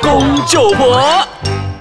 公九婆。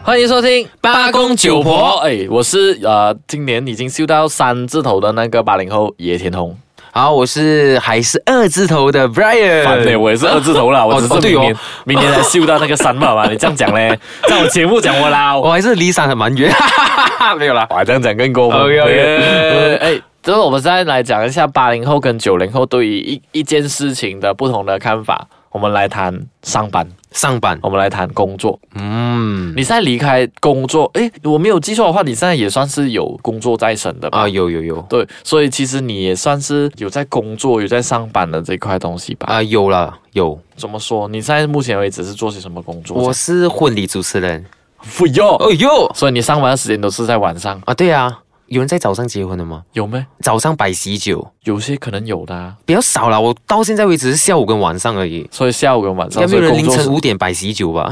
欢迎收听八公九婆哎，我是呃，今年已经秀到三字头的那个八零后野田红，好，我是还是二字头的 Brian。反正我也是二字头了，我只是哦对哦明年、明年才秀到那个三嘛嘛，你这样讲嘞，在我节目讲我啦，我还是离山很蛮远， 没有啦。哇，这样讲更过分。 OK，OK 耶哎，就是我们再来讲一下八零后跟九零后对于一一件事情的不同的看法。我们来谈上班，上班，我们来谈工作。嗯，你现在离开工作，哎，我没有记错的话，你现在也算是有工作在身的吧？啊，有有有，对，所以其实你也算是有在工作、有在上班的这块东西吧？啊，有了有，怎么说？你现在目前为止是做些什么工作？我是婚礼主持人。 不要，哦哟，所以你上班的时间都是在晚上，啊，对啊，有人在早上结婚的吗？有没？早上摆喜酒有些可能有的、啊，比较少啦，我到现在为止是下午跟晚上而已。所以下午跟晚应上该没所有以工人凌作晨是五点摆喜酒吧？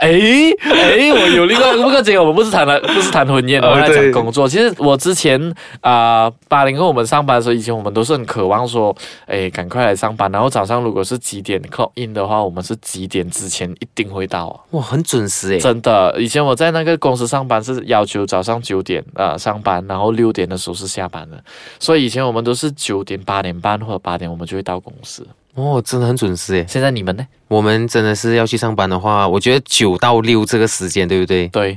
哎哎，我有另 外不过今天我们不是谈了，不是谈婚宴，呃我们来对讲工作。其实我之前啊，八、零后我们上班的时候，以前我们都是很渴望说，哎，赶快来上班。然后早上如果是几点 clock in 的话，我们是几点之前一定会到啊、哇，很准时欸诶。真的，以前我在那个公司上班是要求早上九点呃上班，然后六点的时候是下班的，所以以前我们都是九点、八点半或者八点我们就会到公司。哦，真的很准时诶。现在你们呢？我们真的是要去上班的话，我觉得九到六这个时间，对不对？对，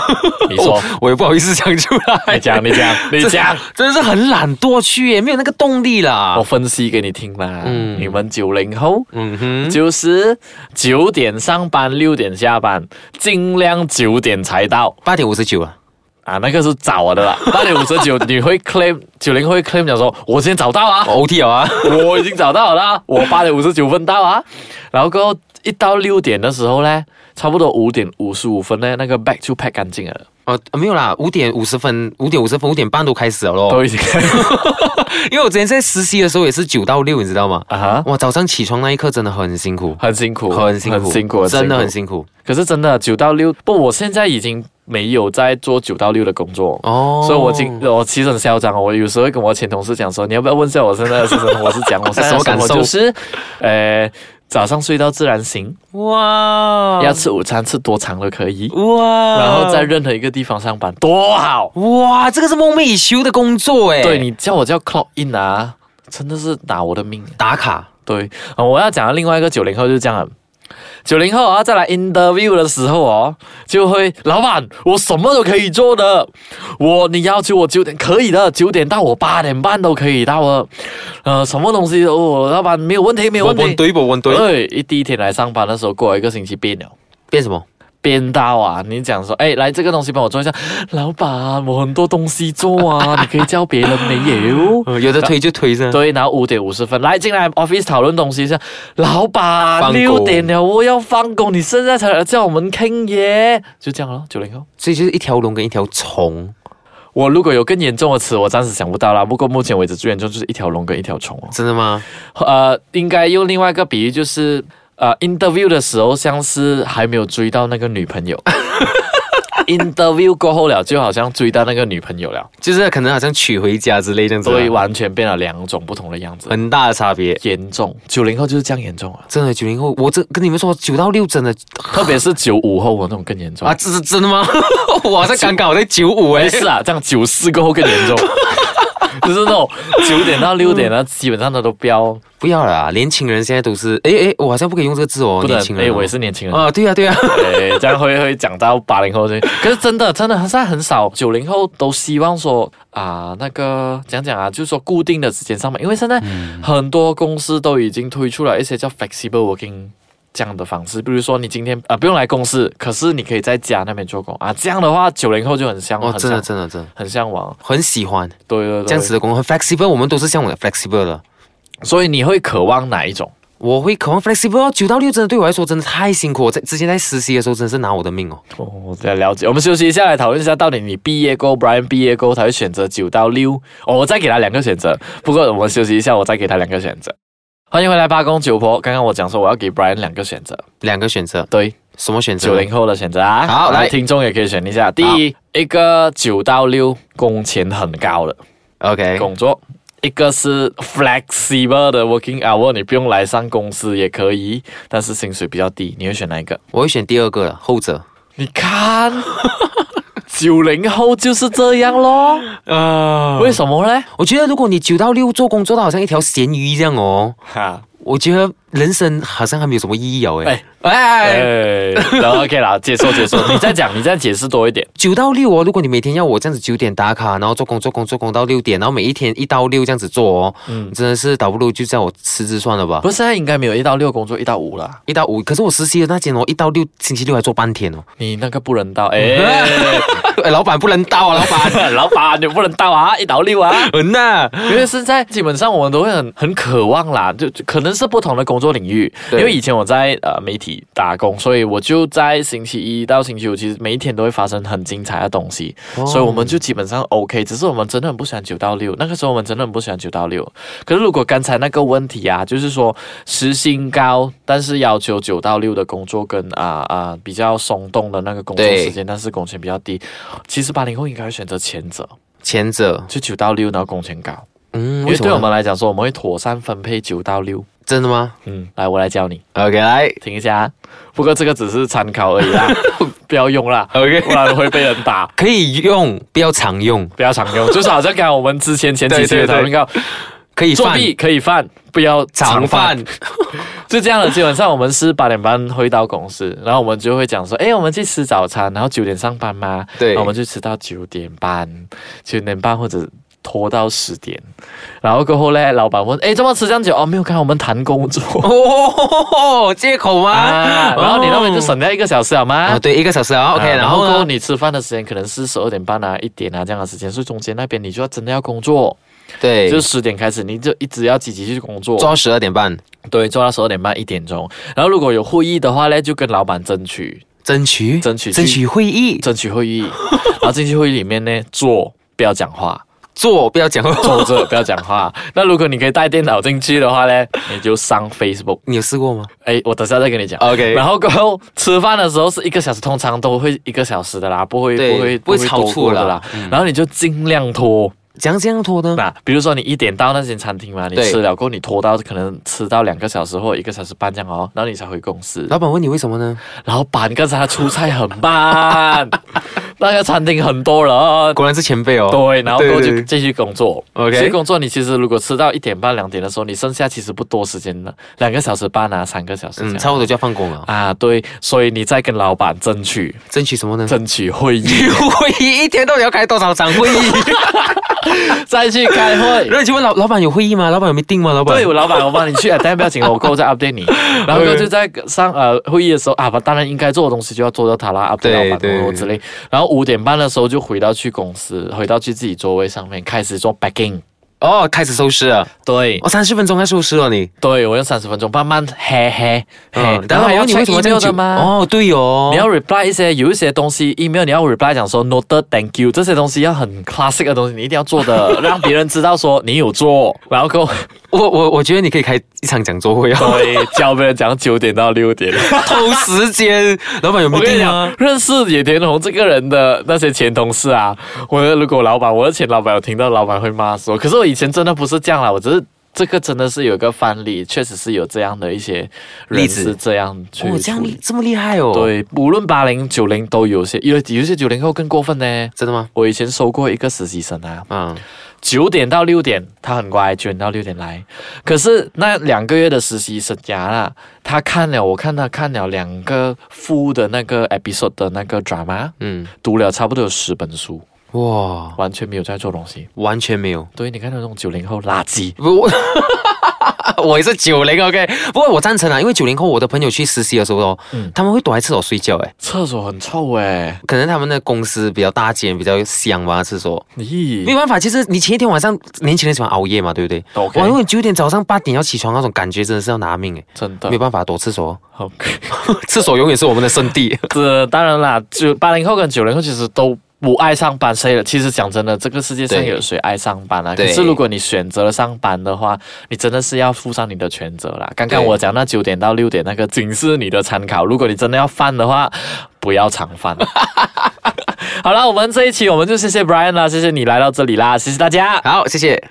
你说， 我也不好意思讲出来，你讲，你讲，你这 讲，真的是很懒惰去耶，没有那个动力啦我。分析给你听啦。啊嗯你们九零后。嗯哼，就是九点上班，六点下班，尽量九点才到八点五十九了，啊，那个是早的 啦。八点五十九，你会 claim 九零会 claim 讲说，我今天早到啊， 我 OT 了啊。我已经找到了啦，我八点五十九分到啊，然后过后一到六点的时候呢，差不多五点五十五分呢，那个 bag 就 pack 干净了，哦，没有啦，五点五十分、五点五十分、五点半都开始了咯。都已经 因为我之前在实习的时候也是九到六，你知道吗？啊哈，哇，早上起床那一刻真的很辛苦，很辛苦，很辛苦，很辛苦，真的很苦。辛苦。可是真的九到六，不，我现在已经没有在做九到六的工作。哦，所以我今我其实很嚣张哦，我有时候会跟我前同事讲说，你要不要问一下我现在的生活？我是讲我现在的 什么感受生活就是，呃，早上睡到自然醒，哦哇要吃午餐吃多长都可以，哇，然后在任何一个地方上班，多好！哇，这个是梦寐以求的工作哎。对你叫我叫 clock in 啊，真的是拿我的命。打卡对，啊我要讲的另外一个九零后就是这样的。九零后啊，再来 interview 的时候哦，就会老板，我什么都可以做的，我你要求我九点可以的，九点到我八点半都可以到的，呃，什么东西都哦，老板没有问题，没有问题。对，我问呃对，一第一天来上班的时候，过了一个星期变了。变什么？编到啊！你讲说，哎，来这个东西帮我做一下，老板，我很多东西做啊，你可以教别人没有？呃有的推就 推着。对，然后五点五十分来进来 office 讨论东西一下。老板，放工六点了，我要放工，你现在才来叫我们听耶，就这样咯，九零后。所以就是一条龙跟一条虫。我如果有更严重的词，我暂时想不到啦。不过目前为止最严重就是一条龙跟一条虫真的吗？哦。呃，应该用另外一个比喻就是，呃，interview 的时候像是还没有追到那个女朋 友，interview 过后了就好像追到那个女朋友了，就是可能好像娶回家之类这样子啊，所以完全变了两种不同的样子，很大的差别。严重。九零后就是这样严重啊。真的九零后，我这跟你们说，九到六真的特别是九五后，我那种更严重啊，。这是真的吗？ 我在刚刚我在九五 哎没，事啊，这样九四过后更严重，就是那种九点到六点呢，基本上他都飙，不要啦，年轻人现在都是哎哎，我好像不可以用这个字哦，不能年轻人哎，哦我也是年轻人，啊，对 呀对呀，哎，这样会会讲到八零后这，可是真的真的现在很少九零后都希望说啊、那个讲讲啊，就是说固定的时间上班，因为现在嗯很多公司都已经推出了一些叫 flexible working。这样的方式，比如说你今天啊、不用来公司，可是你可以在家那边做工啊。这样的话，九零后就很向哦，往，很真的向真的真的很向往。很喜欢对对对，这样子。的工作，很 flexible，我们都是向往的 flexible 的。所以你会渴望哪一种？我会渴望 flexible，哦九到六真的对我来说真的太辛苦。我在之前在实习的时候真的是拿我的命哦。哦，我在了解。我们休息一下，来讨论一下，到底你毕业过，Brian 毕业过，他会选择九到六。哦，我再给他两个选择。不过我们休息一下，我再给他两个选择。欢迎回来，八公九婆。刚刚我讲说我要给 Brian 两个选择，两个选择，对，什么选择？九零后的选择啊。好来听众也可以选一下。第一，一个九到六，工钱很高的 OK，工作，一个是 flexible 的 working hour，你不用来上公司也可以，但是薪水比较低，你会选哪一个？我会选第二个后者。你看， 九零后就是这样咯。啊为什么呢？我觉得如果你九到六做工做到好像一条咸鱼这样哦，哈，我觉得人生好像还没有什么意义哦。哎哎哎，哎，然后 OK 啦，解说解 说，你再讲，你再解释多一点。九到六哦，如果你每天要我这样子九点打卡，然后做工做工做工到六点，然后每一天一到六这样子做哦，嗯，真的是倒不如就叫我辞职算了吧不。是，现在啊应该没有一到六工作，一到五啦。一到五，可是我实习的那间哦，一到六星期六还做半天哦。你那个不能到，哎， 哎，老板不能到啊，老板。 老板你不能到啊，一到六啊。嗯呐、 因为现在基本上我们都会很很渴望啦，就就可能是不同的工作领域。因对为以前我在呃媒体打工，所以我就在星期一到星期五，其实每一天都会发生很精彩的东西，哦所以我们就基本上 OK。只是我们真的很不喜欢九到六，那个时候我们真的很不喜欢九到六。可是如果刚才那个问题啊，就是说时薪高，但是要求九到六的工作跟啊啊、比较松动的那个工作对时间，但是工钱比较低，其实八零后应该会选择前者，前者，就九到六，然后工钱高。嗯，因为为什对我么呢？们来讲说，我们会妥善分配九到六。真的吗嗯，来，我来教你， ？OK，来听一下啊。不过这个只是参考而已 啦，不要用啦， ，OK，不然会被人打。 可以用，不要常用，不要常用，就是好像刚才我们之前前几期对对的对讨论到，可以作放弊可以犯，不要常常犯犯。。就这样了。基本上我们是八点半回到公司，然后我们就会讲说，哎，我们去吃早餐，然后九点上班吗？对然后我们就吃到九点半、九点半或者拖到十点，然后过后嘞，老板问，哎，怎么吃这样久？哦，没有，刚才我们谈工 作。 哦，借口吗？啊， 然后你那边就哦省掉一个小时好吗？啊，对，一个小时啊，OK，啊然然后后过后呢？你吃饭的时间可能是十二点半啊、一点啊这样的时间，所以中间那边你就要真的要工作，对，就就是十点开始，你就一直要积极去工作，做到十二点半，对，做到十二点半一点钟。然后如果有会议的话呢，就跟老板争取争取争取去争取会议，争取 会议，然后进去会议里面呢坐，不要讲话，做不要讲话。哦坐着不要讲 话。那如果你可以带电脑进去的话呢，你就上 Facebook。 你有试过吗哎，我等下再跟你讲。 ？OK，然后过后吃饭的时候是一个小时，通常都会一个小时的啦，不会对不会不会超多过出的啦啦。嗯然后你就尽量拖，怎样这样拖呢？那比如说你一点到那间餐厅嘛，你对吃了过后你拖到可能吃到两个小时或一个小时半这样哦，然后你才回公司。老板问你为什么呢？老板刚才他出差很慢， 那个餐厅很多人。果然是前辈哦。对，然后过后对就对继续工作。 OK 继续工作，你其实如果吃到一点半、两点的时候，你剩下其实不多时间了，两个小时半啊，三个小时这嗯，样。差不多就要放工了。啊，对，所以你再跟老板争 取争取什么呢？争取会议，会议一天到底要开多少场会 议？再去开 会然。后你去问老老板有会议吗？老板有没定吗？老板对，我老板，我帮你 去啊，但不要紧，我过后再 update 你。然后 OK 就在上呃会议的时候啊，当然应该做的东西就要做到它啦，update 对老板对我之类。然后五点半的时候就回到去公司，回到去自己座位上面开始做 backing。哦，开始收拾了。对哦，三十分钟该收拾了你。哦对，我用三十分钟慢慢嘿嘿嘿，然老后板还要问你为 check 什么这 email 样久的吗？哦，对哦，你要 reply 一些有一些东西 email 你要 reply 讲说 noted thank you 这些东西要很 classic 的东西，你一定要做的，让别人知道说你有 做，然后够我我我觉得你可以开一场讲座会 哦，对教别人讲九点到六 点。偷时间。老板有没我有跟你定啊讲？，认识野田宏这个人的那些前同事啊，我的如果老板，我的前老板有听到，老板会骂说，可是我以前真的不是这样啦，我只是。这个真的是有一个范例，确实是有这样的一些人例子是这样去哦，这样处厉理这么厉害哦？，对，无论八零九零都有些，有有些九零后更过分呢。真的吗？我以前收过一个实习生啊，嗯，九点到六点，他很乖，九点到六点来。可是那两个月的实习生涯啦，他看了，我看他看了两个 full 的那个 episode 的那个 drama，嗯，读了差不多有十本书，哇，完全没有在做东西。完全没有。对，你看那种九零后垃圾，不， 我我也是九零 OK，不过我赞成啊，因为九零后我的朋友去实习的时候哦，嗯他们会躲在厕所睡觉，哎，厕所很臭欸诶。可能他们的公司比较大间，比较香吧，厕所。没咦有办法，其实你前一天晚上，年轻人喜欢熬夜嘛，对不对？ ，OK，哇，因为九点早上八点要起床那种感觉，真的是要拿命哎，真没有的办法躲厕所， ，OK，厕所永远是我们的圣地。这当然啦，九八零后跟九零后其实都。不爱上班，谁了？其实讲真的，这个世界上对有谁爱上班啊？可对是如果你选择了上班的话，你真的是要负上你的全责啦。刚刚对我讲那九点到六点那个，仅是你的参考。如果你真的要犯的话，不要常犯。 好了，我们这一期我们就谢谢 Brian 啦，谢谢你来到这里啦，谢谢大家。好，谢谢。